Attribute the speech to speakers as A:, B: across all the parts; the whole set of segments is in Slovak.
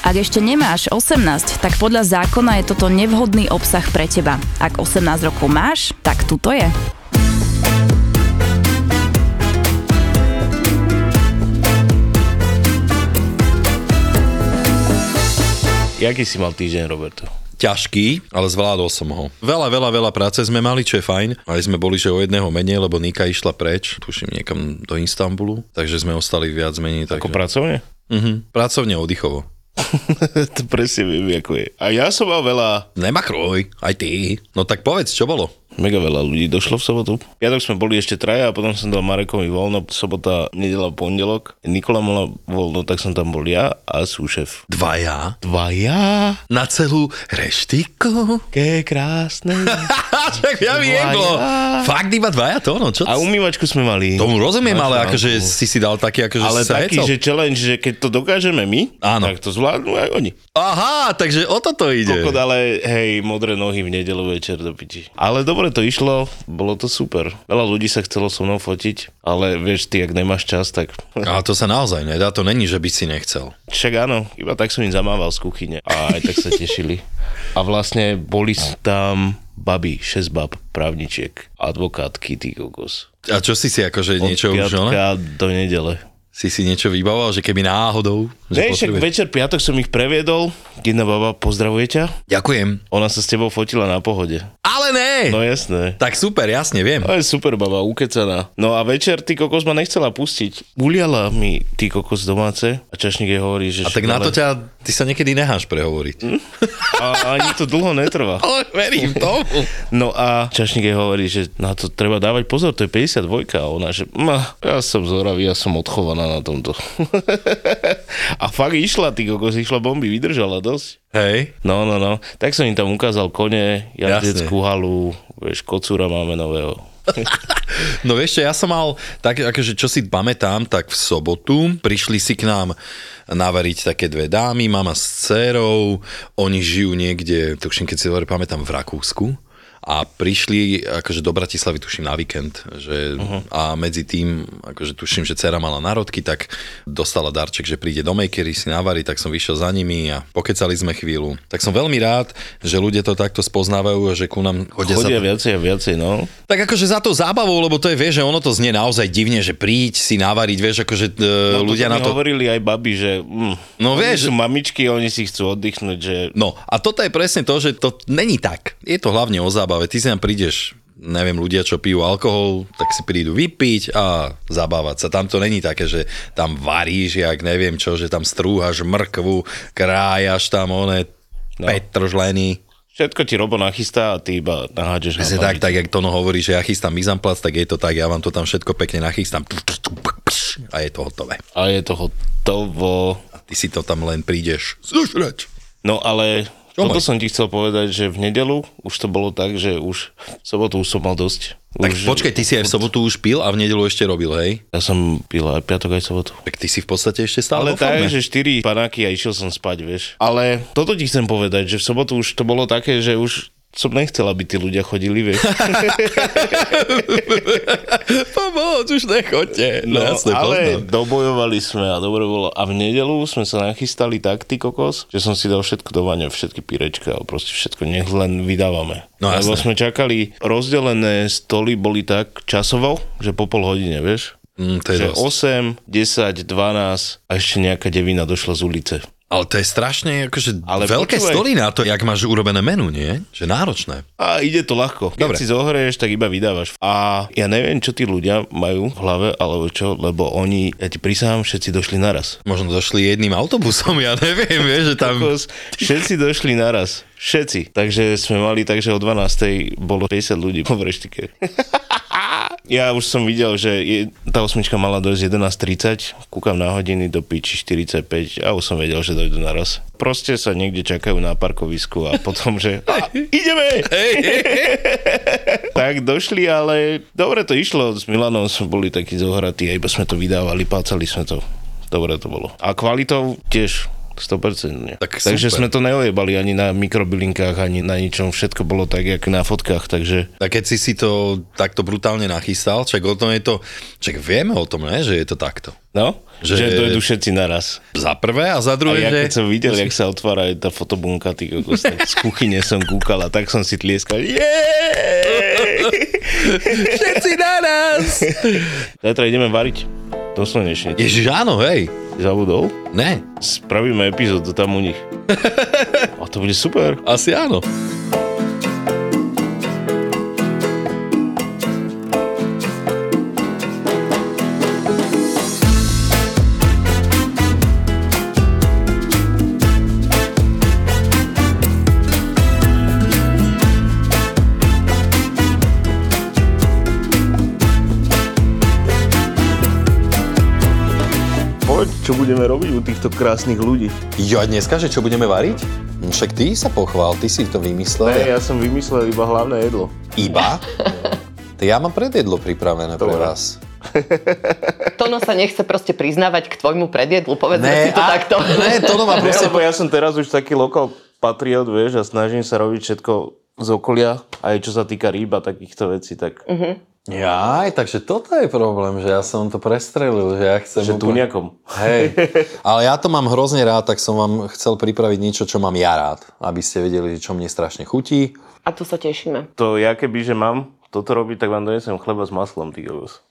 A: Ak ešte nemáš 18, tak podľa zákona je toto nevhodný obsah pre teba. Ak 18 rokov máš, tak tuto je.
B: Jaký si mal týždeň, Roberto?
C: ťažký, ale zvládol som ho. Veľa, veľa, veľa práce sme mali, čo je fajn. Aj sme boli, že o jedného menej, lebo Nika išla preč, tuším niekam do Istanbulu, takže sme ostali viac menej.
B: Ako
C: Takže...
B: pracovne?
C: Mhm. Pracovne oddychovo.
B: to presne viem, ako je. A ja som mal veľa,
C: Nemakruj, aj ty. No tak povedz, čo bolo?
B: mega veľa ľudí došlo v sobotu. V Piatok sme boli ešte traja a potom som dal Marekovi voľno, sobota, nedela, pondelok. Nikola mala voľno, tak som tam bol ja a súšef.
C: Dvaja
B: Dvaja,
C: na celú reštiku.
B: ke krásne.
C: Však ja viem,
B: Dvaja.
C: bolo. Fakt iba dvaja to, no čo?
B: A umývačku sme mali.
C: Tomu rozumiem, ale
B: Mačku.
C: akože si si dal taký, akože
B: Ale
C: si sa
B: taký,
C: hecal.
B: že challenge, že keď to dokážeme my,
C: Áno.
B: tak to zvládnu aj oni.
C: Aha, takže o toto ide.
B: Kokot, ale hej, modré nohy v nedelu večer do piči. Ale dobre to išlo, bolo to super. Veľa ľudí sa chcelo so mnou fotiť, ale vieš, ty, ak nemáš čas, tak...
C: A to sa naozaj nedá, to není, že by si nechcel.
B: Však áno, iba tak som im zamával z kuchyne. A aj tak sa tešili. A vlastne boli tam baby, 6 bab, právničiek, advokátky, ty kokos.
C: A čo si si akože
B: Od
C: niečo už, ale?
B: piatka do nedele.
C: Si si niečo vybavoval, že keby náhodou... Že
B: Ne, však
C: potrebuješ-
B: večer piatok som ich previedol. Jedna baba pozdravuje ťa.
C: Ďakujem.
B: Ona sa s tebou fotila na pohode.
C: Ale ne!
B: No jasné.
C: Tak super, jasne, viem.
B: To je super baba, ukecaná. No a večer ty kokos ma nechcela pustiť. Uliala mi ty kokos domáce a čašník jej hovorí, že...
C: A tak na to ťa, ty sa niekedy necháš prehovoriť.
B: A ani to dlho netrvá.
C: Ale verím tomu.
B: No a čašník jej hovorí, že na to treba dávať pozor, to je 52 a ona, že ma, ja som zoravý, ja som odchovaná na tomto. a fakt išla, ty kokos, išla bomby, vydržala dosť.
C: Hej,
B: No, no, no. Tak som im tam ukázal kone, jazdeckú halu, vieš, kocúra máme nového.
C: no vieš čo, ja som mal, tak, akože čo si pamätám, tak v sobotu prišli si k nám navariť také dve dámy, mama s dcerou, oni žijú niekde, tuším, keď si dobre pamätám, v Rakúsku a prišli akože do Bratislavy tuším na víkend že, uh-huh. a medzi tým akože tuším, že dcera mala narodky, tak dostala darček, že príde do makery si navarí, tak som vyšiel za nimi a pokecali sme chvíľu. Tak som veľmi rád, že ľudia to takto spoznávajú a že ku nám chodia, sa-
B: Chodia viacej a viacej, no.
C: tak akože za to zábavou, lebo to je, vieš, že ono to znie naozaj divne, že príď si navariť, vieš, akože e, no, ľudia
B: mi
C: na to...
B: hovorili aj babi, že... Mm,
C: No
B: Oni
C: vieš-
B: sú mamičky, oni si chcú oddychnúť, že...
C: No a toto je presne to, že to není tak. Je to hlavne o zábave. Ty si tam prídeš, neviem, ľudia, čo pijú alkohol, tak si prídu vypiť a zabávať sa. Tam to není také, že tam varíš, jak neviem čo, že tam strúhaš mrkvu, krájaš tam one no. petržleny.
B: Všetko ti Robo nachystá a ty iba nahádžeš na
C: Presne
B: babi.
C: tak, tak, jak Tono hovorí, že ja chystám mizamplac, tak je to tak, ja vám to tam všetko pekne nachystám. A je to hotové.
B: A je to hotovo.
C: Ty si to tam len prídeš zožrať.
B: No ale...
C: Čo
B: toto
C: máš?
B: som ti chcel povedať, že v nedelu už to bolo tak, že už v sobotu už som mal dosť.
C: Tak
B: už,
C: počkaj, ty si aj v sobotu už pil a v nedelu ešte robil, hej?
B: Ja som pil aj piatok, aj sobotu.
C: Tak ty si v podstate ešte
B: Ale
C: stále vo forme.
B: tak, že 4 panáky a išiel som spať, vieš. Ale toto ti chcem povedať, že v sobotu už to bolo také, že už som nechcel, aby tí ľudia chodili, vieš.
C: Pomôcť, už nechoďte. No, jasne,
B: ale
C: ale...
B: dobojovali sme a dobre bolo. A v nedelu sme sa nachystali tak, ty kokos, že som si dal všetko do vania, všetky pírečka a proste všetko, nech len vydávame.
C: No,
B: Lebo sme
C: jasné.
B: čakali, rozdelené stoly boli tak časovo, že po pol hodine, vieš.
C: Mm, to je
B: Že 8,
C: dosť.
B: 10, 12 a ešte nejaká devina došla z ulice.
C: ale to je strašne akože
B: Ale
C: ale veľké
B: počúvaj.
C: stoly na to, jak máš urobené menu, nie? Že náročné.
B: A ide to ľahko. Keď
C: Dobre.
B: si zohrieš, tak iba vydávaš. A ja neviem, čo tí ľudia majú v hlave, alebo čo, lebo oni, ja ti prisahám, všetci došli naraz.
C: Možno došli jedným autobusom, ja neviem, vieš, že tam...
B: Kokos, všetci došli naraz. Všetci. Takže sme mali tak, že o 12. bolo 50 ľudí po vreštike. Ja už som videl, že je, tá osmička mala dojsť 11.30, kúkam na hodiny do piči 45 a už som vedel, že dojdu na roz. Proste sa niekde čakajú na parkovisku a potom, že a, ideme! tak došli, ale dobre to išlo. S Milanom sme boli takí zohratí a iba sme to vydávali, pácali sme to. Dobre to bolo. A kvalitou tiež 100%.
C: Tak
B: takže
C: super.
B: sme to neojebali ani na mikrobylinkách, ani na ničom. Všetko bolo tak, jak na fotkách, takže
C: A keď si si to takto brutálne nachystal, čak o tom je to, čak vieme o tom, ne, že je to takto.
B: No, že, že
C: Že-
B: dojdu všetci naraz.
C: Za prvé a
B: A
C: za
B: ja
C: druhé, že...
B: keď som videl, jak sa otvára aj tá fotobunka, ty kokos, tak z kuchyne som kúkal a tak som si tlieskal. Jej!
C: Všetci naraz!
B: Zajtra ideme variť. Doslovnejšie. Ty
C: Ježiš, áno, hej.
B: Zabudol?
C: Ne,
B: Spravíme epizódu tam u nich. A to bude super.
C: asi áno.
B: Poď, čo budeme robiť u týchto krásnych ľudí.
C: Jo, a dneska, že čo budeme variť? No Však ty sa pochvál, ty si to vymyslel.
B: ja som vymyslel iba hlavné jedlo.
C: Iba? To ja mám predjedlo pripravené pre
B: Dobre.
C: vás.
D: Tono sa nechce proste priznávať k tvojmu predjedlu, povedzme si to
C: a-
D: takto.
C: ne, to
B: Ne,
C: má proste...
B: lebo ja som teraz už taký lokal patriot, vieš, a snažím sa robiť všetko z okolia, aj čo sa týka rýba, takýchto vecí, tak
D: Mhm.
C: Jaj, takže toto je problém, že ja som to prestrelil, že ja chcem...
B: že tu
C: úplne-
B: nejakom.
C: Hej, ale ja to mám hrozne rád, tak som vám chcel pripraviť niečo, čo mám ja rád, aby ste vedeli, že čo mne strašne chutí.
D: A tu sa tešíme.
B: To ja keby, že mám toto robiť, tak vám donesem chleba s maslom, ty kokos.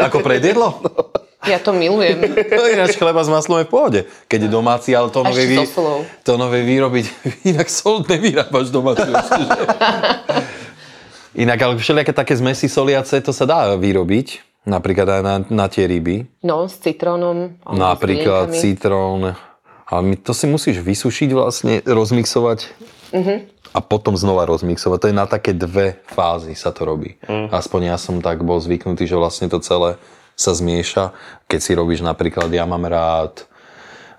C: Ako predjedlo?
D: Ja to milujem.
C: No ináč chleba s maslom je v pohode, keď je domáci, ale to nové,
D: Ešte so solou.
C: to nové vyrobiť, inak sol nevyrábaš domáci. že? inak, ale všelijaké také zmesi soliace, to sa dá vyrobiť, napríklad aj na, na tie ryby,
D: No, s citrónom. alebo s
C: No, napríklad
D: pilienkami.
C: citrón, ale my, to si musíš vysušiť vlastne, rozmixovať
D: Mhm.
C: a potom znova rozmixovať. To je na také dve fázy sa to robí.
D: Mhm.
C: Aspoň ja som tak bol zvyknutý, že vlastne to celé sa zmieša. Keď si robíš napríklad, ja mám rád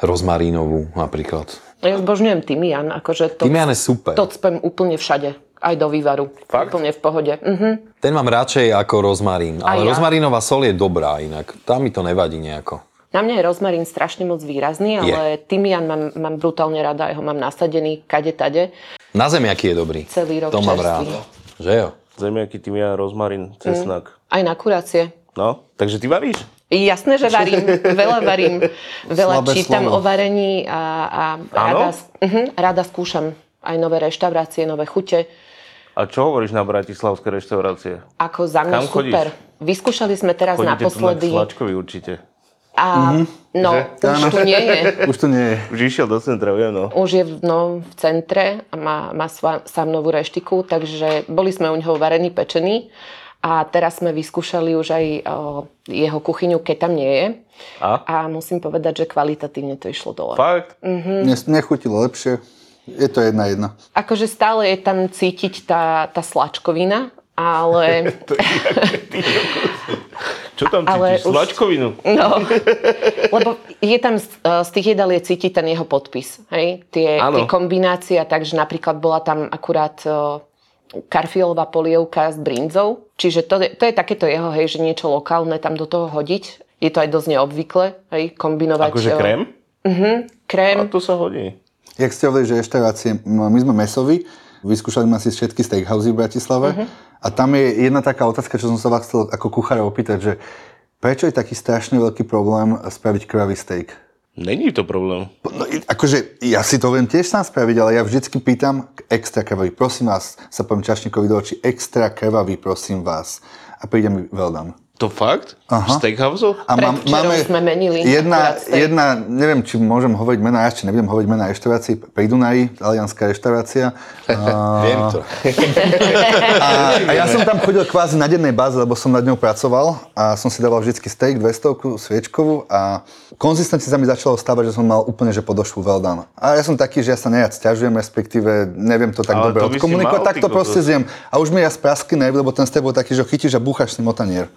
C: rozmarínovú napríklad.
D: Ja zbožňujem timian, akože to,
C: Tymian je super.
D: to cpem úplne všade. Aj do vývaru. Fakt? Úplne v pohode. Mhm.
C: Ten mám radšej ako rozmarín.
D: Aj
C: Ale
D: ja.
C: rozmarínová sol je dobrá inak. Tam mi to nevadí nejako.
D: Na mňa je rozmarín strašne moc výrazný, ale tymian mám, mám brutálne rada, ja ho mám nasadený kade tade.
C: Na zemiaky je dobrý.
D: Celý rok
C: to mám rád.
D: čerstvý.
C: Že jo?
B: Zemiaky, tymián,
D: Mhm.
B: rozmarín, cesnak.
D: Aj na kurácie.
B: No, takže ty varíš?
D: Jasné, že varím, veľa varím, veľa
C: Slabé
D: čítam
C: slovo.
D: o varení a, a
B: Áno?
D: rada, uh rada skúšam aj nové reštaurácie, nové chute.
B: A čo hovoríš na bratislavské reštaurácie?
D: Ako za mňa
B: Kam chodíš?
D: super. Vyskúšali sme teraz
B: Chodíte tu na
D: naposledy.
B: Slačkovi určite.
D: A
C: Mhm.
D: no, už tu nie je.
E: Už to nie je.
B: Už išiel do centra, viem, no.
D: Už je v, no, v centre a má, má sva, sám novú reštiku, takže boli sme u neho varení, pečení a teraz sme vyskúšali už aj o, jeho kuchyňu, keď tam nie je.
B: A?
D: A musím povedať, že kvalitatívne to išlo dole.
B: Fakt?
E: Mne nechutilo lepšie. Je to jedna jedna.
D: Akože stále je tam cítiť tá, tá slačkovina, ale,
B: Čo tam
D: Ale
B: cítiš?
D: už-
B: Slačkovinu?
D: no, lebo je tam z, eh, z tých jedál je cítiť ten jeho podpis, hej? Tie,
B: Áno.
D: tie kombinácie, takže napríklad bola tam akurát eh, karfiolová polievka s brinzou, čiže to, je- to je takéto jeho, hej, že niečo lokálne tam do toho hodiť. Je to aj dosť neobvykle, hej, kombinovať...
B: Akože
D: eh,
B: krém?
D: Krém.
B: A tu sa hodí.
E: Jak ste hovorili, že reštaurácie, m- no, my sme mesovi, vyskúšali sme asi všetky steakhousy v Bratislave a tam je jedna taká otázka, čo som sa vás chcel ako kuchára opýtať, že prečo je taký strašne veľký problém spraviť krvavý steak?
B: Není to problém.
E: No, i- akože ja si to viem tiež sám spraviť, ale ja vždycky pýtam k extra krvavý. Prosím vás, sa poviem čašníkovi do očí, extra krvavý, prosím vás. A príde mi veľdám.
B: To fakt? Aha. Steakhouse?
E: A mám,
D: Predvčerom sme menili akurát
E: jedna,
D: steak.
E: jedna, neviem, či môžem hovoriť mená, ešte nebudem hovoriť mená reštaurácií, pri Dunaji, talianská reštaurácia. A,
C: Viem to.
E: a ja som tam chodil kvázi na dennej báze, lebo som nad ňou pracoval a som si dával vždycky steak, 200 sviečkovú a konzistentne sa mi začalo stávať, že som mal úplne, že podošvu well done. A ja som taký, že ja sa nejad sťažujem, respektíve neviem to tak
B: Ale
E: dobre
B: to by si
E: odkomunikovať,
B: mal,
E: tak to
B: ty
E: proste
B: kokos.
E: zjem. A už mi raz praskli nervy, lebo ten step bol taký, že ho chytíš a búchaš s ním o tanier.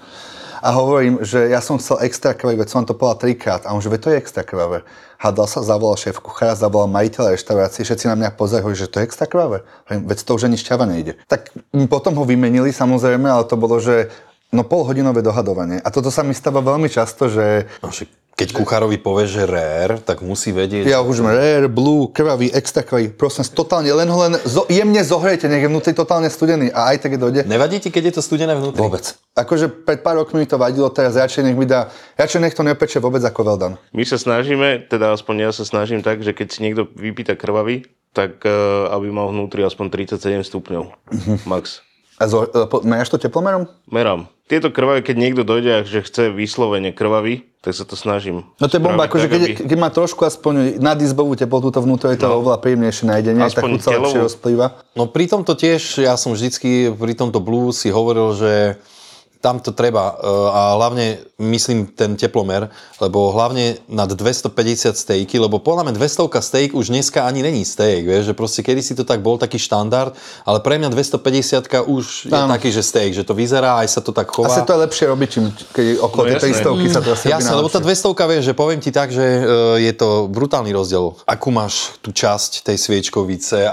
E: A hovorím, že ja som chcel extra krvavé, veď som vám to povedal trikrát. A on že veď to je extra krvavé. Hádal sa, zavolal šéf kuchára, zavolal majiteľa reštaurácie, všetci na mňa pozerajú, hovorí, že to je extra krvavé. Hovorím, veď to už ani šťava nejde. Tak m, potom ho vymenili samozrejme, ale to bolo, že no polhodinové dohadovanie. A toto sa mi stáva veľmi často, že
C: No, že keď kuchárovi povie, že rare, tak musí vedieť...
E: ja už mám rare, blue, krvavý, extra krvavý, prosím, totálne, len ho len zo, jemne zohrejte, nech je vnútri totálne studený a aj tak dojde.
C: Nevadí ti, keď je to studené vnútri?
E: Vôbec. Akože pred pár rokmi mi to vadilo, teraz radšej nech mi dá, radšej nech to nepeče vôbec ako Veldan.
B: My sa snažíme, teda aspoň ja sa snažím tak, že keď si niekto vypíta krvavý, tak eh, aby mal vnútri aspoň 37 stupňov.
E: Mhm.
B: Max.
E: A zo, e, po, meráš to teplomerom?
B: Merám. Tieto krvavé, keď niekto dojde, a že chce vyslovene krvavý, tak sa to snažím.
E: No to je bomba,
B: spraviť
E: akože
B: tak,
E: keď,
B: aby-
E: keď má trošku aspoň nadizbovú teplotu to vnútro, je to no. oveľa príjemnejšie na jedenie, aj tá
B: Aspoň
E: chuť sa lepšie
B: telovú.
E: rozplýva.
C: No pri tomto tiež, ja som vždycky pri tomto blue si hovoril, že tam to treba e, a hlavne myslím ten teplomer, lebo hlavne nad 250 stejky, lebo podľa mňa 200 stejk už dneska ani není stejk, vieš, že proste kedy si to tak bol taký štandard, ale pre mňa 250 už je
E: Áno.
C: taký, že stejk, že to vyzerá, aj sa to tak chová.
E: Asi to je lepšie robiť, čím keď je okolo
B: No
E: tej
B: jasné.
E: 300 sa to asi robí
C: Jasné, lebo tá
E: najlepšie.
C: 200 vieš, že poviem ti tak, že e, je to brutálny rozdiel. Akú máš tú časť tej sviečkovice,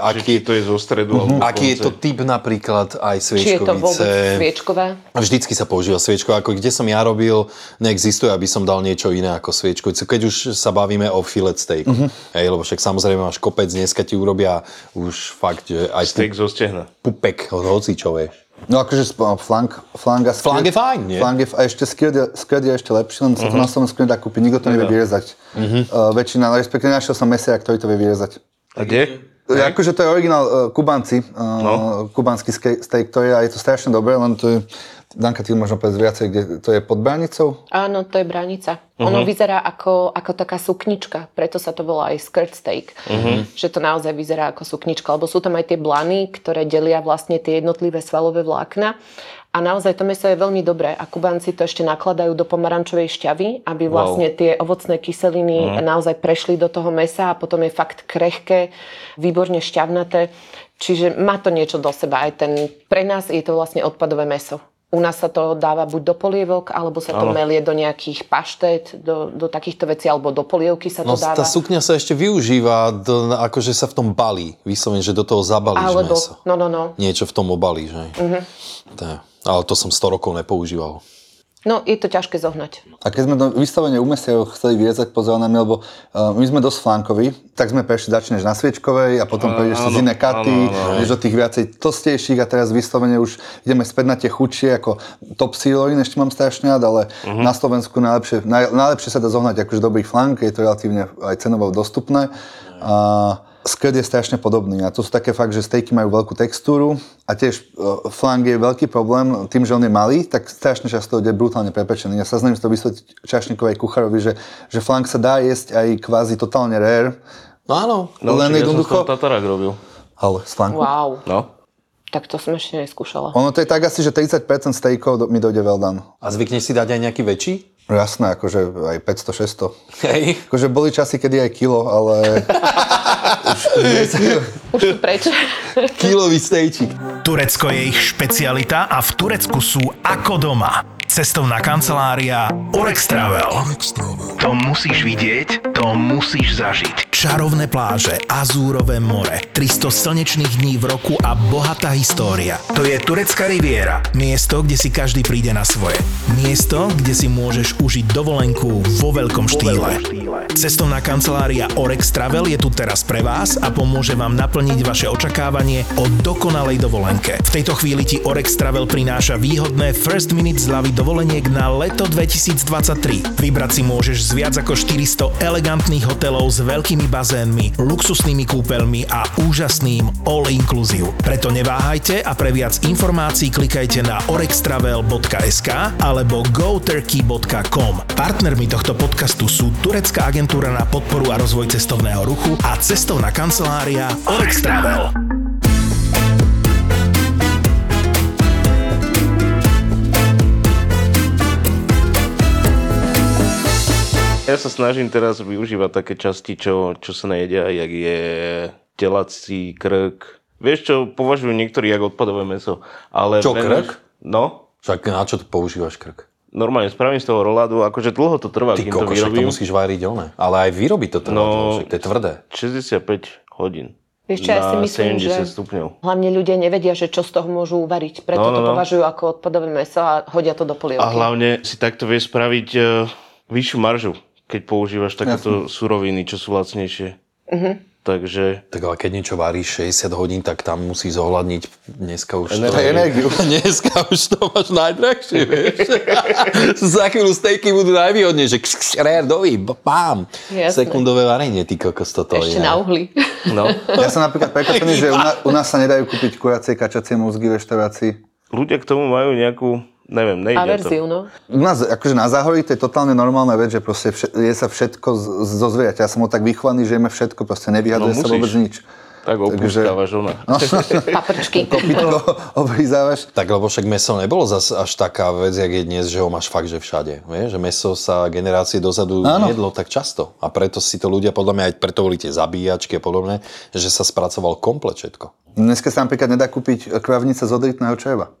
B: že či
C: aký,
B: to je zo stredu. alebo
E: Mhm.
C: aký je
B: konce.
C: to typ napríklad aj
D: Či je to vôbec
C: sviečkovice.
D: sviečkové?
C: Vždycky sa používa sviečko, ako kde som ja robil, neexistuje, aby som dal niečo iné ako sviečkovicu, keď už sa bavíme o filet steak. Hej, lebo však samozrejme máš kopec, dneska ti urobia už fakt, že aj
B: Steak zo stehna.
C: pu- pupek od hocičovej.
E: No akože sp- flank, flank a skirt.
C: Flank je fajn, nie?
E: Flank je, f- a ešte skirt je, skirt je ešte lepší, len
B: Mhm.
E: sa to na Slovensku nedá kúpiť, nikto to nevie vyrezať. Uh, väčšina, ale respektíve našiel som mesiara, ktorý to vie vyrezať.
B: A kde?
E: Ja, akože to je originál uh, Kubanci, uh, no. kubanský skej- steak, to je a je to strašne dobré, len to je, Danka, ty možno povedz viacej, kde to je pod Bránicou?
D: Áno, to je bránica. Uh-huh. Ono vyzerá ako, ako taká suknička, preto sa to volá aj skirt steak. Uh-huh. Že to naozaj vyzerá ako suknička, lebo sú tam aj tie blany, ktoré delia vlastne tie jednotlivé svalové vlákna. A naozaj to meso je veľmi dobré a Kubanci to ešte nakladajú do pomarančovej šťavy, aby vlastne tie ovocné kyseliny naozaj prešli do toho mesa a potom je fakt krehké, výborne šťavnaté. Čiže má to niečo do seba. Aj ten, pre nás je to vlastne odpadové meso. U nás sa to dáva buď do polievok, alebo sa to melie do nejakých paštét, do, do takýchto vecí, alebo do polievky sa to
C: No
D: dáva.
C: tá sukňa sa ešte využíva, do, akože sa v tom balí, vyslovene, že do toho zabalíš
D: alebo,
C: meso.
D: no, no, no.
C: niečo v tom obalíš. Hej.
D: Mhm.
C: Uh-huh. Tá. Ale to som 100 rokov nepoužíval.
D: No, je to ťažké zohnať.
E: A keď sme do vystavenia u mesiarov chceli vyrezať, pozeral na mňa, lebo uh, my sme dosť flankoví, tak sme prešli, začneš na Sviečkovej a potom prejdeš cez
B: áno,
E: iné katy,
B: áno, áno, áno.
E: ideš do tých viacej tostejších a teraz vyslovene už ideme späť na tie chudšie, ako top sirloin ešte mám strašne rád, ale
B: Mhm.
E: na Slovensku najlepšie, naj, najlepšie sa dá zohnať akože dobrý flank, je to relatívne aj cenovo dostupné. A skrt je strašne podobný a to sú také fakt, že stejky majú veľkú textúru a tiež e, flank je veľký problém tým, že on je malý, tak strašne často je brutálne prepečený. Ja sa snažím to vysvetliť čašníkovej kucharovi, že, že flank sa dá jesť aj kvázi totálne rare,
C: No áno.
B: No, však
E: len
B: Ja
E: jednoducho,
B: som v tom Tatarák robil.
E: ale s flankom.
D: Wow,
B: No.
D: tak to som ešte neskúšala.
E: Ono to je tak asi, že 30% stejkov do- mi dojde well done.
C: A zvykneš si dať aj nejaký väčší?
E: Jasné, akože aj 500-600.
C: Hej.
E: Akože boli časy, kedy aj kilo, ale...
D: Už sú preč.
C: Kilový stejčík.
F: Turecko je ich špecialita a v Turecku sú ako doma. Cestovná kancelária Orex Travel. To musíš vidieť, to musíš zažiť. Čarovné pláže, azúrové more, 300 slnečných dní v roku a bohatá história. To je Turecká riviera, miesto, kde si každý príde na svoje. Miesto, kde si môžeš užiť dovolenku vo veľkom štýle. Cestovná kancelária Orex Travel je tu teraz pre vás a pomôže vám naplniť vaše očakávanie o dokonalej dovolenke. V tejto chvíli ti Orex Travel prináša výhodné first minute zľavy do dovoleniek na leto 2023. Vybrať si môžeš z viac ako 400 elegantných hotelov s veľkými bazénmi, luxusnými kúpeľmi a úžasným all-inclusive. Preto neváhajte a pre viac informácií klikajte na orextravel.sk alebo goturkey.com. Partnermi tohto podcastu sú Turecká agentúra na podporu a rozvoj cestovného ruchu a cestovná kancelária Orex Travel.
B: Ja sa snažím teraz využívať také časti, čo, čo sa nejedia, jak je telací krk. Vieš, čo považujú niektorí, jak odpadové meso. Ale
C: Čo,
B: venuješ-
C: krk?
B: No,
C: Však na čo to používaš krk?
B: normálne spravím z toho roládu, akože dlho to trvá,
C: Ty
B: kým to
C: kokos, však to
B: vyrobím.
C: musíš váriť oné. Ale aj vyrobiť to trvá,
B: No.
C: no... to je tvrdé.
B: 65 hodín.
D: Vieš čo, ja si
B: na
D: myslím,
B: 70
D: že-
B: stupňov.
D: Hlavne ľudia nevedia, že čo z toho môžu uvariť, preto
B: No,
D: no,
B: no,
D: no, to
B: no.
D: považujú ako odpadové meso a hodia to do polievky.
B: A hlavne si takto vieš spraviť uh, vyššiu maržu, keď používaš takéto suroviny, čo sú lacnejšie.
D: Mhm.
B: Takže
C: Tak ale keď niečo varíš 60 hodín, tak tam musí zohľadniť dneska už to...
E: Aj energiu.
C: Dneska už to máš najdrahšie, vieš. Za chvíľu stejky budú najvýhodnejšie. Kš, kš, Rér, dovi, b- pám.
D: Jasné.
C: Sekundové varenie, ty kokos toto
D: Ešte
C: je.
D: na uhli.
B: no,
E: Ja som napríklad prekvapený, že u, na, u nás sa nedajú kúpiť kuracie, kačacie mozgy v reštaurácii.
B: ľudia k tomu majú nejakú, neviem, nejde
D: Averziu,
B: to.
D: no.
E: U nás, akože na záhorí, to je totálne normálna vec, že proste vše, je sa všetko z, z- zo zvieraťa. Ja som ho tak vychovaný, že jeme všetko, proste nevyhaduje
B: No,
E: sa
B: musíš.
E: vôbec nič.
B: Tak opúšťava žona.
E: No,
D: Paprčky.
E: kopytko obrizávaš.
C: Tak lebo však meso nebolo zas až taká vec, jak je dnes, že ho máš fakt, že všade. Vieš, že meso sa generácie dozadu
E: Áno.
C: Áno. jedlo tak často. A preto si to ľudia, podľa mňa aj preto boli tie zabíjačky a podobné, že sa spracoval komplet všetko.
E: Dneska sa napríklad nedá kúpiť kravnica z odritného čreva.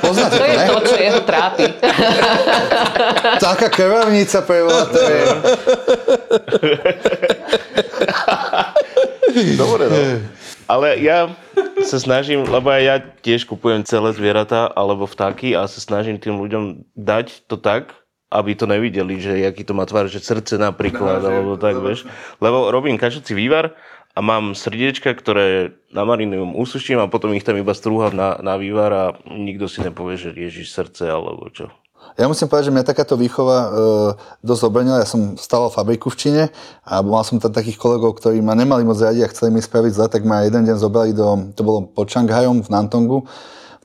D: To je to, čo jeho trápi.
E: Taká krvavnica pre vás, to je.
B: Dobre, no. Ale ja sa snažím, lebo aj ja tiež kupujem celé zvieratá alebo vtáky a sa snažím tým ľuďom dať to tak, aby to nevideli, že jaký to má tvar, že srdce napríklad, alebo tak, vieš. Lebo robím kašací vývar a mám srdiečka, ktoré namarinujem, usuším a potom ich tam iba strúham na, na vývar a nikto si nepovie, že ježiš srdce alebo čo.
E: Ja musím povedať, že mňa takáto výchova e, dosť obrnila. Ja som stával fabriku v Číne a mal som tam takých kolegov, ktorí ma nemali moc radi a chceli mi spraviť zle, tak ma jeden deň zobrali do, to bolo pod Šanghajom v Nantongu,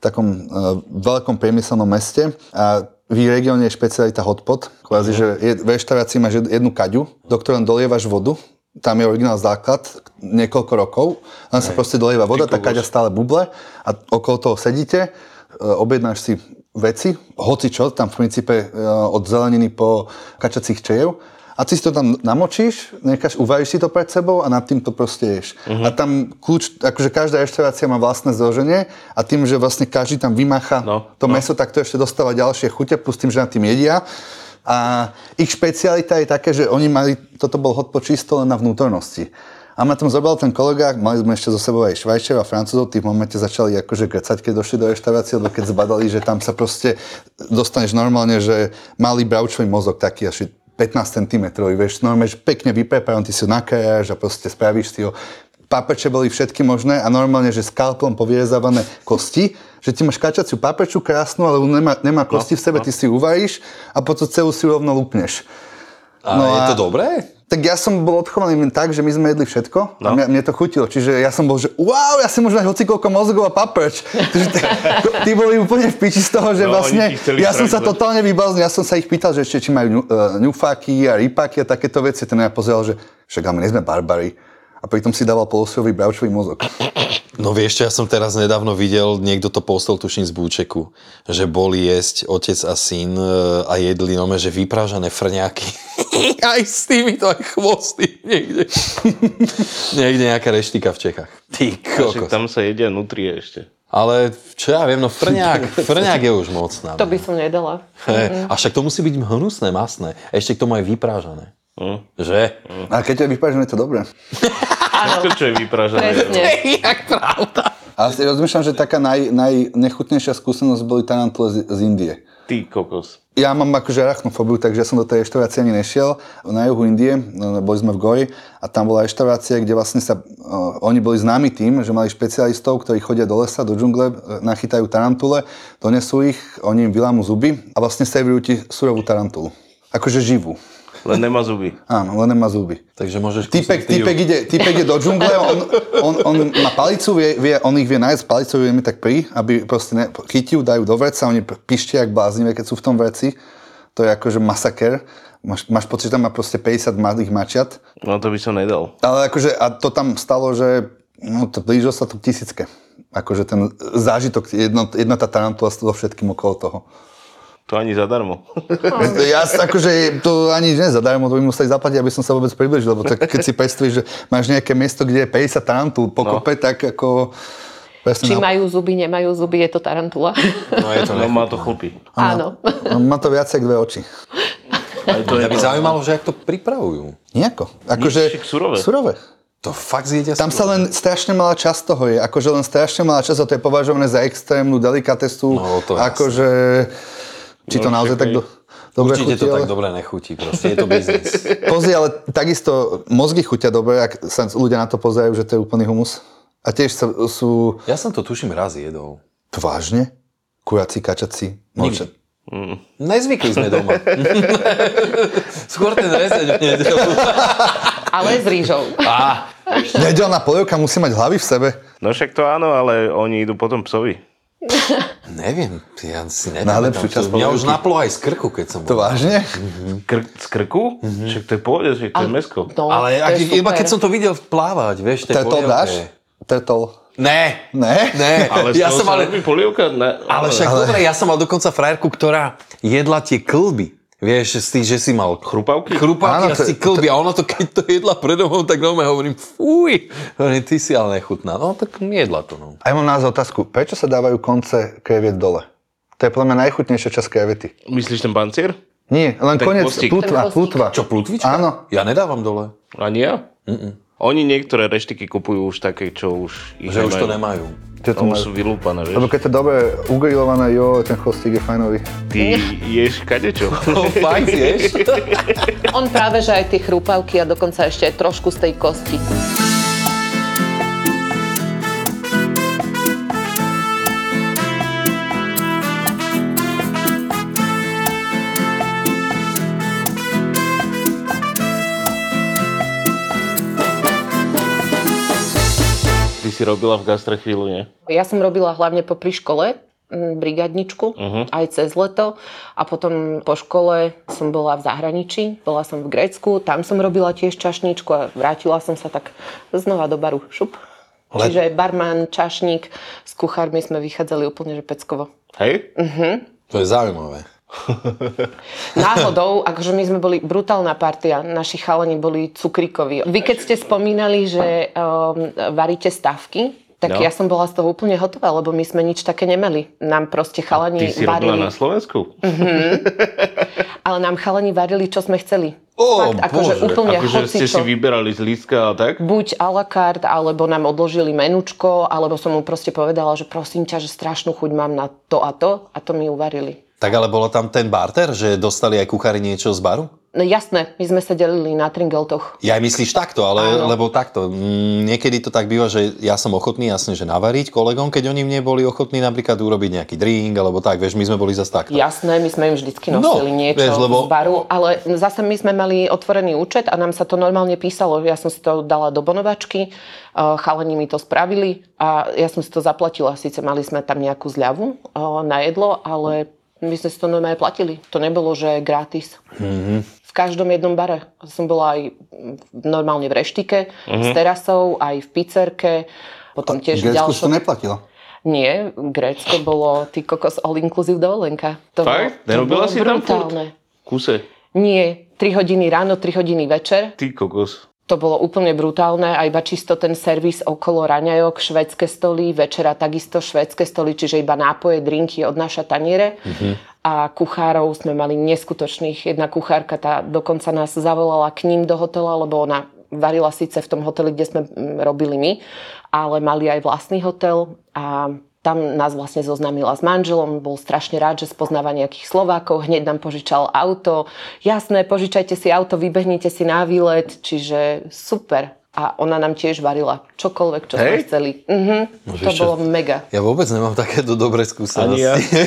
E: v takom e, veľkom priemyselnom meste a v ich regióne je špecialita hotpot. Kvázi, že je, v reštaurácii máš jed- jednu kaďu, do ktorej dolievaš vodu, tam je originál základ niekoľko rokov, len sa proste dolieva voda, tá kaďa stále buble a okolo toho sedíte E, objednáš si veci, hoci čo, tam v princípe e, od zeleniny po kačacích čejev a ty si to tam namočíš, necháš, uvaríš si to pred sebou a nad tým to proste ješ. Uh-huh. A tam kľúč, akože každá reštaurácia má vlastné zloženie a tým, že vlastne každý tam vymácha
B: No,
E: no, to no. meso, tak to ešte dostáva ďalšie chute, plus tým, že nad tým jedia. A ich špecialita je také, že oni mali, toto bol hotpo čisto len na vnútornosti. A ma tam zobral ten kolega, mali sme ešte zo sebou aj Švajčov a Francúzov, tí v momente začali akože grcať, keď došli do reštaurácie, lebo keď zbadali, že tam sa proste dostaneš normálne, že malý bravčový mozog, taký až 15 cm, vieš, normálne, že pekne vypreparovaný, ty si ho nakrájaš a proste spravíš si ho. Papeče boli všetky možné a normálne, že skalpom povierezávané kosti, že ty máš kačaciu papeču krásnu, ale ona nemá, nemá kosti no, v sebe, no. ty si ju uvaríš a potom celú si ju rovno lúpneš.
C: A
E: No
C: no je
E: a-
C: to dobré?
E: Tak ja som bol odchovaný len tak, že my sme jedli všetko no. a mňa, mne to chutilo. Čiže ja som bol, že wow, ja si môžem dať hocikoľko mozgov a paprč. Takže t- tí boli úplne v piči z toho, že
B: No, oni
E: vlastne
B: ti chceli
E: ja som
B: spraviť
E: sa
B: zle.
E: totálne vybaznil. Ja som sa ich pýtal, že ešte či majú ňu- e, ňufáky a rypáky a takéto veci. Ten ja pozeral, že však ale my nie sme barbari. A pritom si dával polosrový bravčový mozog.
C: No vieš čo, ja som teraz nedávno videl, niekto to postol tuším z Búčeku, že boli jesť otec a syn e, a jedli nome, že vyprážané frňáky. aj s týmito, aj chvosty niekde. niekde nejaká reštika v Čechách. Ty
B: Však
C: kokos.
B: tam sa jedia nutrie ešte.
C: Ale čo ja viem, no frňák, frňák je už moc na
D: To by Mhm. som nedala.
C: He, A však to musí byť hnusné, masné. Ešte k tomu aj vyprážané.
B: Hm?
C: Že?
E: A keď je vypažené, je to dobré.
B: Všetko, čo je vypražené.
D: Presne.
E: Ale si rozmýšľam, že taká naj, najnechutnejšia skúsenosť boli tarantule z, z Indie.
B: Ty Ty kokos.
E: Ja mám akože arachnofóbiu, takže ja som do tej reštaurácie ani nešiel. Na juhu Indie, no, boli sme v Gori a tam bola reštaurácia, kde vlastne sa, uh, oni boli známi tým, že mali špecialistov, ktorí chodia do lesa, do džungle, e, nachytajú tarantule, donesú ich, oni im vylámu zuby a vlastne servírujú ti surovú tarantulu. Akože živú.
B: Len nemá zuby.
E: Áno, len nemá zuby.
C: Takže môžeš
E: Typek,
C: kúsiť ty ju.
E: typek, ide, typek ide do džungle, on, on, on má palicu, vie, vie, on ich vie nájsť, palicou je mi tak pri, aby proste ne, chytiu, dajú do vreca, oni p- pištia jak bláznivé, keď sú v tom vreci. To je akože masaker. Máš, máš pocit, že tam má proste 50 mladých mačiat.
B: No to by som nedal.
E: Ale akože, a to tam stalo, že no, to blížilo sa to k tisícke. Akože ten zážitok, jedno, jedna tá tarantula so všetkým okolo toho.
B: To ani zadarmo.
E: Ja sa akože to ani že zadarmo to by museli zaplatiť, aby som sa vôbec približil, lebo tak keď si predstavíš, že máš nejaké miesto, kde je 50 tarantúl pokope, no. tak ako...
D: Či
E: Presne na...
D: majú zuby, nemajú zuby, je to tarantula.
C: No je to
B: No má to chlpy.
D: Áno.
E: No, Má to viac ako dve oči.
B: Aj to
C: Mňa
B: je
C: by
B: to.
C: zaujímalo, že jak to pripravujú.
E: Nejako. Akože,
B: však surové.
E: surové.
C: To fakt zjedia
E: Tam sa
C: skoro.
E: len strašne malá časť toho je. Akože len strašne malá časť a to je považované za extrémnu delikatesu.
C: No, to je
E: akože... Či to
B: No, však
E: naozaj tak
B: aj-
E: do, dobre
C: Určite
E: chutí,
C: to tak
E: ale-
C: dobre nechutí, proste je to biznis.
E: Pozri, ale takisto mozgy chutia dobre, ak sa ľudia na to pozerajú, že to je úplný humus. A tiež sa, sú...
C: Ja som to tuším raz jedol.
E: To vážne? Kujaci, kačaci, morče. Hm.
C: Nezvykli sme doma. Skôr ten rezeň v nedelu.
D: Ale s rýžou.
C: Á,
E: Nedelná polievka musí mať hlavy v sebe.
B: No však to áno, ale oni idú potom psovi.
C: neviem, ja si
E: Najlepšiu
C: nepamätám.
E: časť
C: Mňa už
E: polievky.
C: naplo aj z krku, keď som
E: To
C: bol.
E: vážne?
B: Kr- z krku? Však to je pohode, však to je mesko.
D: No,
C: Ale
D: to
C: ak,
D: je
C: iba
D: super.
C: keď som to videl plávať, vieš, tej
E: Tertol
C: polievke.
E: dáš? Tertol.
C: Ne,
E: Ne?
C: ne.
B: Ale
C: ja som ale...
B: robí polievka? Ne,
C: Ale však dobre, ja som mal dokonca frajerku, ktorá jedla tie klby. Vieš, z tých, že si mal
B: Chrupavky?
C: chrupáky
E: Áno,
C: a z
E: to-
C: tých klby. A ona to, keď to jedla predo mnou, tak doma hovorím, fuj, hovorím, ty si ale nechutná. No, tak jedla to, no.
E: A ja mám na vás otázku. Prečo sa dávajú konce kreviet dole? To je podľa mňa najchutnejšia časť krevety.
B: Myslíš ten pancier?
E: Nie, len
B: Ten
E: koniec.
B: kostík.
D: Ten
E: Plutva,
D: kostík.
E: plutva.
C: Čo, plutvička?
E: Áno.
C: Ja nedávam dole.
B: Ani ja? Oni niektoré reštiky kupujú už také, čo už ich
C: Že už to nemajú.
E: Čo to
B: To už
E: majú?
B: sú vylúpané, vieš.
E: Lebo keď to je dobre ugrilované, jo, ten chostík je fajnový.
B: Ty ješ kadečo.
C: No, fajn, vieš?
D: On práve, že aj tie chrúpavky a dokonca ešte aj trošku z tej kosti.
B: Ty si robila v gastre chvíľu, nie?
D: Ja som robila hlavne popri škole mm, brigadničku,
C: Mhm.
D: uh-huh. aj cez leto a potom po škole som bola v zahraničí, bola som v Grécku, tam som robila tiež čašničku a vrátila som sa tak znova do baru šup. Ale... Čiže barman, čašník, s kuchármi sme vychádzali úplne že peckovo.
B: Hej?
C: To je zaujímavé.
D: Náhodou, akože my sme boli brutálna partia, naši chalani boli cukrikoví. Vy keď ste spomínali, že um, varíte stavky, tak
B: No.
D: no. ja som bola z toho úplne hotová, lebo my sme nič také nemali. Nám proste
B: Ty
D: chalani
B: si robila
D: varili,
B: na Slovensku?
C: Mhm.
D: ale nám chalani varili, čo sme chceli.
C: Ó,
D: Fakt, akože
C: Bože.
D: úplne
B: Akože ste si
D: hocičo.
B: vyberali z lístka a tak?
D: Buď a la carte, alebo nám odložili menučko, alebo som mu proste povedala, že prosím ťa, že strašnú chuť mám na to a to a to mi uvarili.
C: Tak ale bolo tam ten barter, že dostali aj kuchári niečo z baru?
D: No jasné, my sme sa delili na tringeltoch.
C: Ja aj myslíš takto, ale
D: Áno.
C: lebo takto. Mm, niekedy to tak býva, že ja som ochotný jasne, že navariť kolegom, keď oni mne boli ochotní napríklad urobiť nejaký drink alebo tak, vieš, my sme boli zase takto.
D: Jasné, my sme im vždycky
C: No,
D: nosili niečo
C: vieš, lebo-
D: z baru, ale zase my sme mali otvorený účet a nám sa to normálne písalo. Ja som si to dala do bonovačky, eh, chalani mi to spravili a ja som si to zaplatila. Síce mali sme tam nejakú zľavu eh, na jedlo, ale my sme si to normálne platili. To nebolo, že gratis.
C: Mhm.
D: V každom jednom bare. Som bola aj mm, normálne v reštike,
C: Mhm.
D: s terasou, aj v pizzerke, potom
E: V
D: tiež
E: Grécku si to
D: ďalšie.
E: neplatilo.
D: Nie, Grécko bolo ty kokos all inclusive dovolenka. To
B: Fakt?
D: bolo- to
B: Nerobila
D: bolo
B: si tam
D: brutálne.
B: Kuse.
D: Nie, 3 hodiny ráno, 3 hodiny večer.
B: Ty kokos.
D: To bolo úplne brutálne a iba čisto ten servis okolo raňajok, švédske stoly, večera takisto švédske stoly, čiže iba nápoje, drinky od naša taniere.
B: Mhm.
D: A kuchárov sme mali neskutočných. Jedna kuchárka tá dokonca nás zavolala k ním do hotela, lebo ona varila síce v tom hoteli, kde sme mm, robili my, ale mali aj vlastný hotel a Tam nás vlastne zoznámila s manželom, bol strašne rád, že spoznáva nejakých Slovákov, hneď nám požičal auto. Jasné, požičajte si auto, vybehnite si na výlet, čiže super. A ona nám tiež varila čokoľvek, čo sme
C: Hej.
D: chceli. Mhm, to
C: vieš čo?
D: bolo mega.
E: Ja vôbec nemám takéto dobré
B: Ani ja.
E: skúsenosti.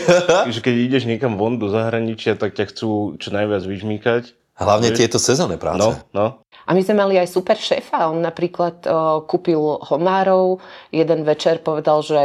B: že keď ideš niekam von do zahraničia, tak ťa chcú čo najviac vyžmýkať.
C: Hlavne tieto sezónne práce.
B: No, no.
D: A my sme mali aj super šéfa. On napríklad o, kúpil homárov. Jeden večer povedal, že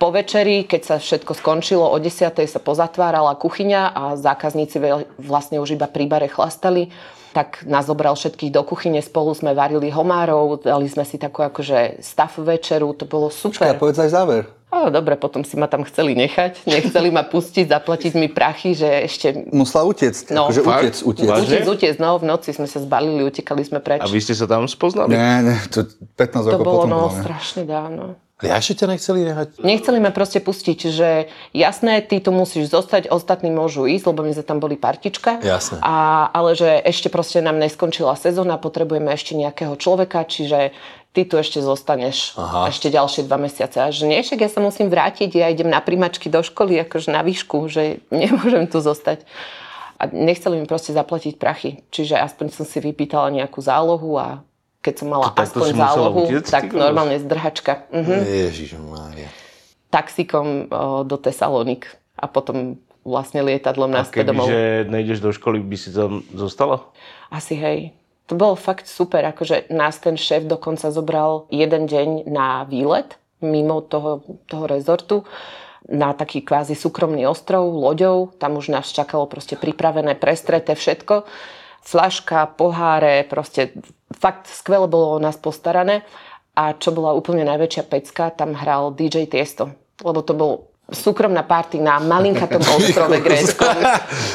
D: po večeri, keď sa všetko skončilo, o 10. sa pozatvárala kuchyňa a zákazníci veľ- vlastne už iba pri bare chlastali, tak nás zobral všetkých do kuchyne, spolu sme varili homárov, dali sme si takú akože stav večeru, to bolo
E: Ja
D: super.
E: povedz aj záver.
D: Ale dobre, potom si ma tam chceli nechať, nechceli ma pustiť, zaplatiť mi prachy, že ešte...
E: Musela utiecť.
D: No.
E: akože
B: Fakt?
E: utiec, utiec.
B: Vážne?
D: Utec, utec, no v noci sme sa zbalili, utekali sme preč.
B: A vy ste sa tam spoznali?
E: Nie, nie, to 15
D: To
E: rokov
D: bolo
E: potom.
D: no,
E: podľa mňa.
D: strašne dávno.
C: Ja ešte ťa nechceli nehať.
D: Nechceli ma proste pustiť, že jasné, ty tu musíš zostať, ostatní môžu ísť, lebo my sme tam boli partička.
C: Jasné.
D: A, ale že ešte proste nám neskončila sezóna, potrebujeme ešte nejakého človeka, čiže ty tu ešte zostaneš
C: Aha.
D: ešte ďalšie dva mesiace. A že nie, však ja sa musím vrátiť, ja idem na primačky do školy, akože na výšku, že nemôžem tu zostať. A nechceli mi proste zaplatiť prachy. Čiže aspoň som si vypýtala nejakú zálohu a keď som mala
B: To takto si
D: aspoň
B: musela
D: zálohu,
B: utiec, ty
D: tak
B: kokos.
D: normálne zdrhačka. Mhm
C: Ježiš Mária. No
D: taxikom o, do Tesalonik a potom vlastne lietadlom naspäť domov.
B: Kebyže nejdeš do školy, by si tam zostala?
D: Asi hej. To bolo fakt super, akože nás ten šéf dokonca zobral jeden deň na výlet mimo toho, toho rezortu na taký kvázi súkromný ostrov loďou. Tam už nás čakalo proste pripravené, prestreté všetko. Flaška, poháre, proste fakt skvele bolo o nás postarané. A čo bola úplne najväčšia pecka, tam hral DJ Tiesto. Lebo to bol súkromná party na malinkatom ostrove Gréckom.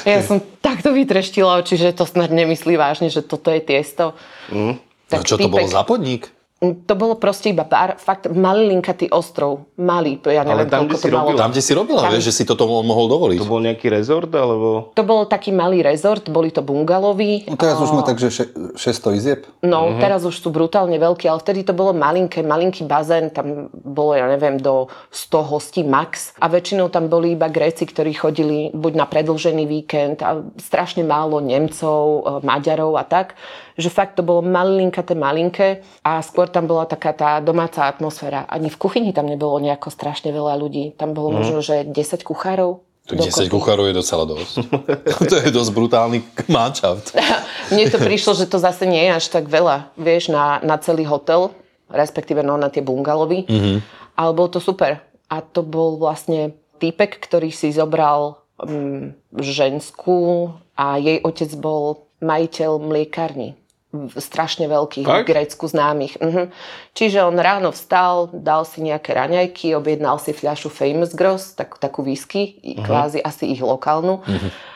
D: Ja som takto vytreštila oči, že to snad nemyslí vážne, že toto je tiesto. Mm.
C: No čo to bolo za podnik?
D: To bolo proste iba pár, fakt malinkatý ostrov. Malý, ja neviem,
B: Ale tam,
D: koľko
B: kde si
D: to malo.
B: robila.
C: Tam, kde si robila,
D: Tam.
C: vieš, že si toto on mohol dovoliť.
B: To bol nejaký rezort, alebo...
D: To bol taký malý rezort, boli to bungalovy.
E: No teraz už má takže še- 600 izieb.
D: No, mm-hmm. teraz už sú brutálne veľké, ale vtedy to bolo malinké, malinký bazén, tam bolo, ja neviem, do 100 hostí max. A väčšinou tam boli iba Gréci, ktorí chodili buď na predlžený víkend a strašne málo Nemcov, e, Maďarov a tak. Že fakt to bolo malinkaté, malinké a skôr tam bola taká tá domáca atmosféra. Ani v kuchyni tam nebolo nejako strašne veľa ľudí. Tam bolo možno, že 10 kuchárov.
C: Tu 10
D: dokopy.
C: kuchárov je docela dosť. to je dosť brutálny manšaft.
D: Mne to prišlo, že to zase nie je až tak veľa, vieš, na, na celý hotel, respektíve no, na tie bungalovy. Mm-hmm. Ale bolo to super. A to bol vlastne týpek, ktorý si zobral um, ženskú a jej otec bol majiteľ mliekarni. V- Strašne veľkých, v
B: Fakt?
D: Grécku známych. Mhm. Čiže on ráno vstal, dal si nejaké raňajky, objednal si fľašu Famous Gross, tak, takú
C: Mhm.
D: whisky, i- kvázi asi ich lokálnu.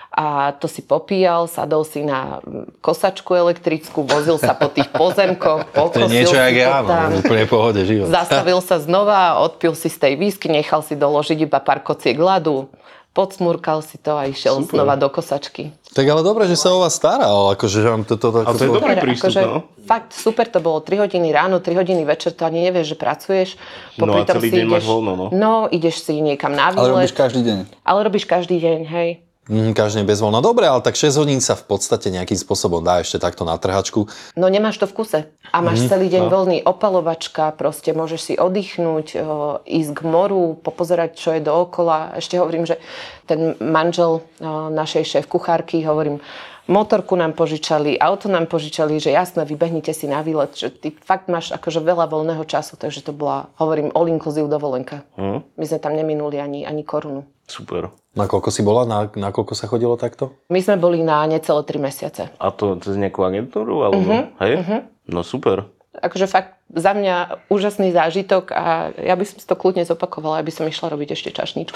D: A to si popíjal, sadol si na mm, kosačku elektrickú, vozil sa po tých pozemkoch,
C: To je
D: pokosil
C: niečo,
D: si
C: jak ja,
D: to tam.
C: no, úplne v pohode život.
D: Zastavil sa znova, odpil si z tej výsky, nechal si doložiť iba pár kociek ľadu, podsmurkal si to a išiel Super. znova do kosačky.
C: Tak ale dobre, že sa o vás staral, akože že vám toto...
B: A to je dobrý prístup, no.
D: Teda akože Fakt super to bolo, 3 hodiny ráno, 3 hodiny večer, to ani nevieš, že pracuješ.
B: No
D: Popri
B: a
D: tom
B: celý
D: si
B: deň máš voľno, no.
D: No, ideš si niekam na
E: Ale robíš
D: výlet,
E: každý deň.
D: ale robíš každý deň, hej.
C: Mm, každý bez voľna. Dobre, ale tak 6 hodín sa v podstate nejakým spôsobom dá ešte takto na trhačku.
D: No nemáš to v kuse. A máš celý deň voľný opalovačka, proste môžeš si oddychnúť, o, ísť k moru, popozerať, čo je dookola. Ešte hovorím, že ten manžel o, našej šéf kuchárky, hovorím, motorku nám požičali, auto nám požičali, že jasné, vybehnite si na výlet, že ty fakt máš akože veľa voľného času, takže to bola, hovorím, all inclusive dovolenka.
B: Hm?
D: My sme tam neminuli ani, ani korunu.
B: Super.
C: Nakoľko si bola? Na, nakoľko sa chodilo takto?
D: My sme boli na necelé 3 mesiace.
B: A to cez nejakú agentúru, alebo... Hej? No super.
D: akože fakt za mňa úžasný zážitok a ja by som si to kľudne zopakovala, aby som išla robiť ešte čašničku.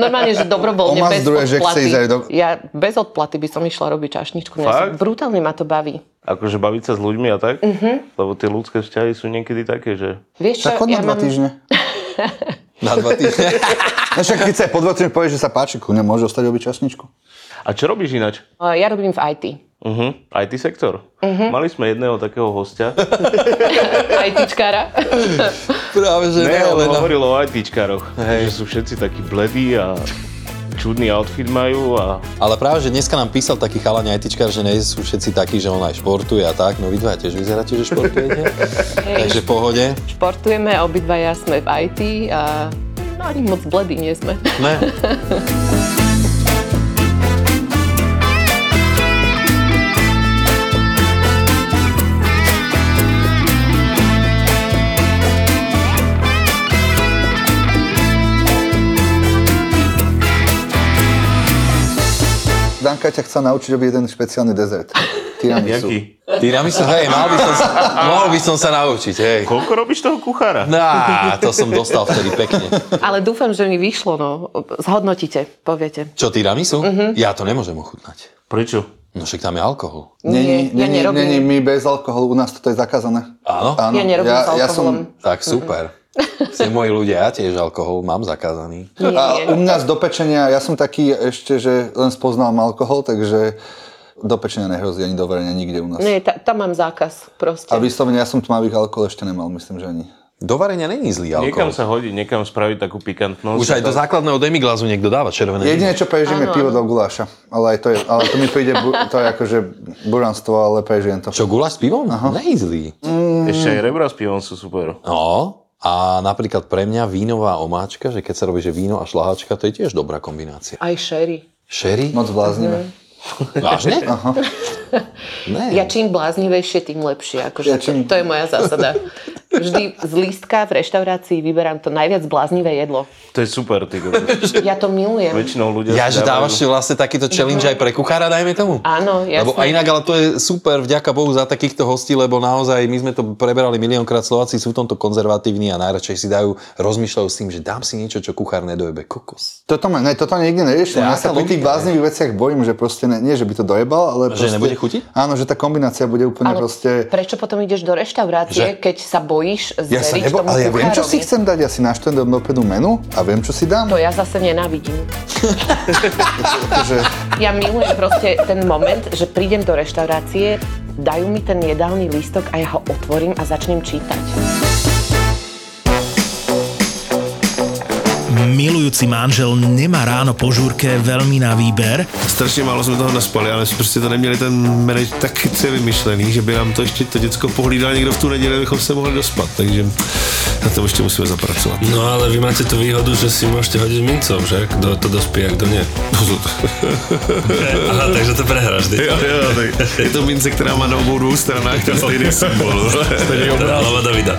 D: Normálne, že dobrovoľne,
E: On má
D: bez
E: zdroje, že chce
D: odplaty.
E: ísť aj do-
D: Ja bez odplaty by som išla robiť čašničku. Mňa sa,
B: Fakt?
D: brutálne ma to baví.
B: Akože baviť sa s ľuďmi a tak? Lebo tie ľudské vzťahy sú niekedy také, že...
D: Vieš čo,
E: Tak chod na
D: ja
E: dva
D: mám...
E: týždne.
C: Na dva týždne.
E: No však keď sa po dva týždne povieš, že sa páči, ku mne môže ostať robiť časničku.
B: A čo robíš ináč?
D: Eh, Ja robím v IT.
B: Uh-huh. IT sektor. Uh-huh. Mali sme jedného takého hostia.
D: ITčkára.
C: Práve, že
B: ne, on hovoril o ITčkároch. Že sú všetci takí bledí a čudný outfit majú a
C: Ale práve, že dneska nám písal taký chalani ITčkar, že nie sú všetci takí, že on aj športuje a tak. No vy dva tiež vyzeráte, že športujete. Takže v pohode.
D: Športujeme, obidvaja sme v IT a no, ani moc bledí nie sme.
C: Ne.
E: Danka ťa chcela naučiť robiť jeden špeciálny dezert. Tiramisu.
B: jaký?
C: Tiramisu, hej, mal by som sa, mohol by som sa naučiť, hej.
B: Koľko robíš toho kuchára?
C: No. Á, to som dostal vtedy pekne.
D: Ale dúfam, že mi vyšlo, no. Zhodnotíte, poviete.
C: Čo, tiramisu? Uh-huh. Ja to nemôžem ochutnať.
B: Prečo?
C: No však tam je alkohol.
D: Nie, ja nerobím.
E: Není, my bez alkoholu, u nás toto je zakázané.
C: Áno?
E: Áno,
D: Ja nerobím s
E: ja som,
D: alkoholom.
C: Tak super. Ste moji ľudia, ja tiež alkohol mám zakázaný.
D: Nie,
E: A
D: nie.
E: u mňa z dopečenia, ja som taký ešte, že len spoznal alkohol, takže dopečenia nehrozí ani do varenia nikde u nás.
D: Nie, ta, tam mám zákaz proste.
E: A vyslovene, ja som tmavých alkohol ešte nemal, myslím, že ani.
C: Do varenia není zlý
B: Niekam
C: alkohol.
B: sa hodiť, niekam spraviť takú pikantnosť.
C: Už aj do základného demiglazu niekto dáva červené. víno.
E: Jediné, čo prežijem, je pivo do guláša. Ale aj to, je, ale to mi príde, bu- to je akože buranstvo, ale prežijem to.
C: Čo, guláš s pivom? Není zlý.
B: Ešte aj rebra s pivom sú super.
C: No, a napríklad pre mňa vínová omáčka, že keď sa robí, že víno a šlahačka, to je tiež dobrá kombinácia.
D: Aj sherry.
C: Sherry?
E: Moc bláznivé.
C: Vážne? Aha. Ne.
D: Ja čím bláznivejšie, tým lepšie. Akože
E: Ja čím-
D: to, to je moja zásada. Vždy z lístka v reštaurácii vyberám to najviac bláznivé jedlo.
B: To je super, ty kokos.
D: Ja to milujem.
B: Väčšinou ľudia
C: Ja,
B: si
C: že
B: dávajú-
C: dávaš si vlastne takýto challenge aj pre kuchára, dajme tomu?
D: Áno, jasné.
C: Lebo a inak, ale to je super, vďaka Bohu za takýchto hostí, lebo naozaj my sme to preberali miliónkrát, Slováci sú v tomto konzervatívni a najradšej si dajú, rozmýšľajú s tým, že dám si niečo, čo kuchár nedojebe. Kokos.
E: Toto ma, ne, toto nikdy
C: To
E: neriešim.
C: je
E: Ja,
C: aká
E: sa pri tých
C: logika,
E: bláznivých veciach bojím, že proste ne, nie, že by to dojebal,
C: Že
E: ale proste,
C: nebude chutiť?
E: Áno, že tá kombinácia bude úplne
D: Ale
E: proste...
D: prečo potom ideš do reštaurácie,
C: Že-
D: keď sa bojíš zveriť
E: Ja sa nebo,
D: tomu
E: ale ja viem, čo
D: kuchárovi?
E: si chcem dať. Ja si naštudujem dopredu menu a viem, čo si dám.
D: To ja zase nenávidím.
E: Takže,
D: Ja milujem proste ten moment, že prídem do reštaurácie, dajú mi ten jedálny lístok a ja ho otvorím a začnem čítať.
F: Milujúci manžel nemá ráno po žúrke veľmi na výber,
G: Strašně málo jsme toho naspali, ale jsme prostě to neměli ten manage tak chytře vymyšlený, že by nám to ještě to děcko pohlídal někdo v tu neděli, abychom se mohli dospat, takže na tom ještě musíme zapracovat.
H: No ale vy máte tú výhodu, že si môžete hodiť mincov, že? Kto to dospie a kto nie. Aha, takže to prehráš, ty.
G: Jo, jo, tak je to mince, která má na obou dvou stranách ten stejný symbol. Stejný
H: Teda hlava Davida.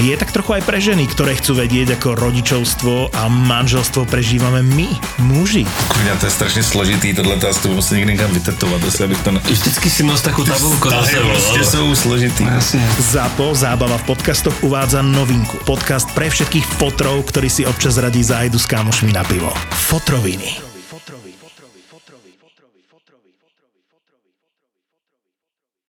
F: je tak trochu aj pre ženy, ktoré chcú vedieť, ako rodičovstvo a manželstvo prežívame my, muži.
G: Kurňa, to je strašně složitý, tohle to já s tebou musím někde někam vytetovat, jestli abych to ne...
H: Vždycky si nos takú tabulku za
G: Vztahy
H: sebou.
G: prostě
H: ale-
G: jsou složitý.
H: Jasne.
F: ZAPO Zábava v podcastoch uvádza novinku. Podcast pre všetkých fotrov, ktorí si občas radí zájdu s kamošmi na pivo. Fotroviny.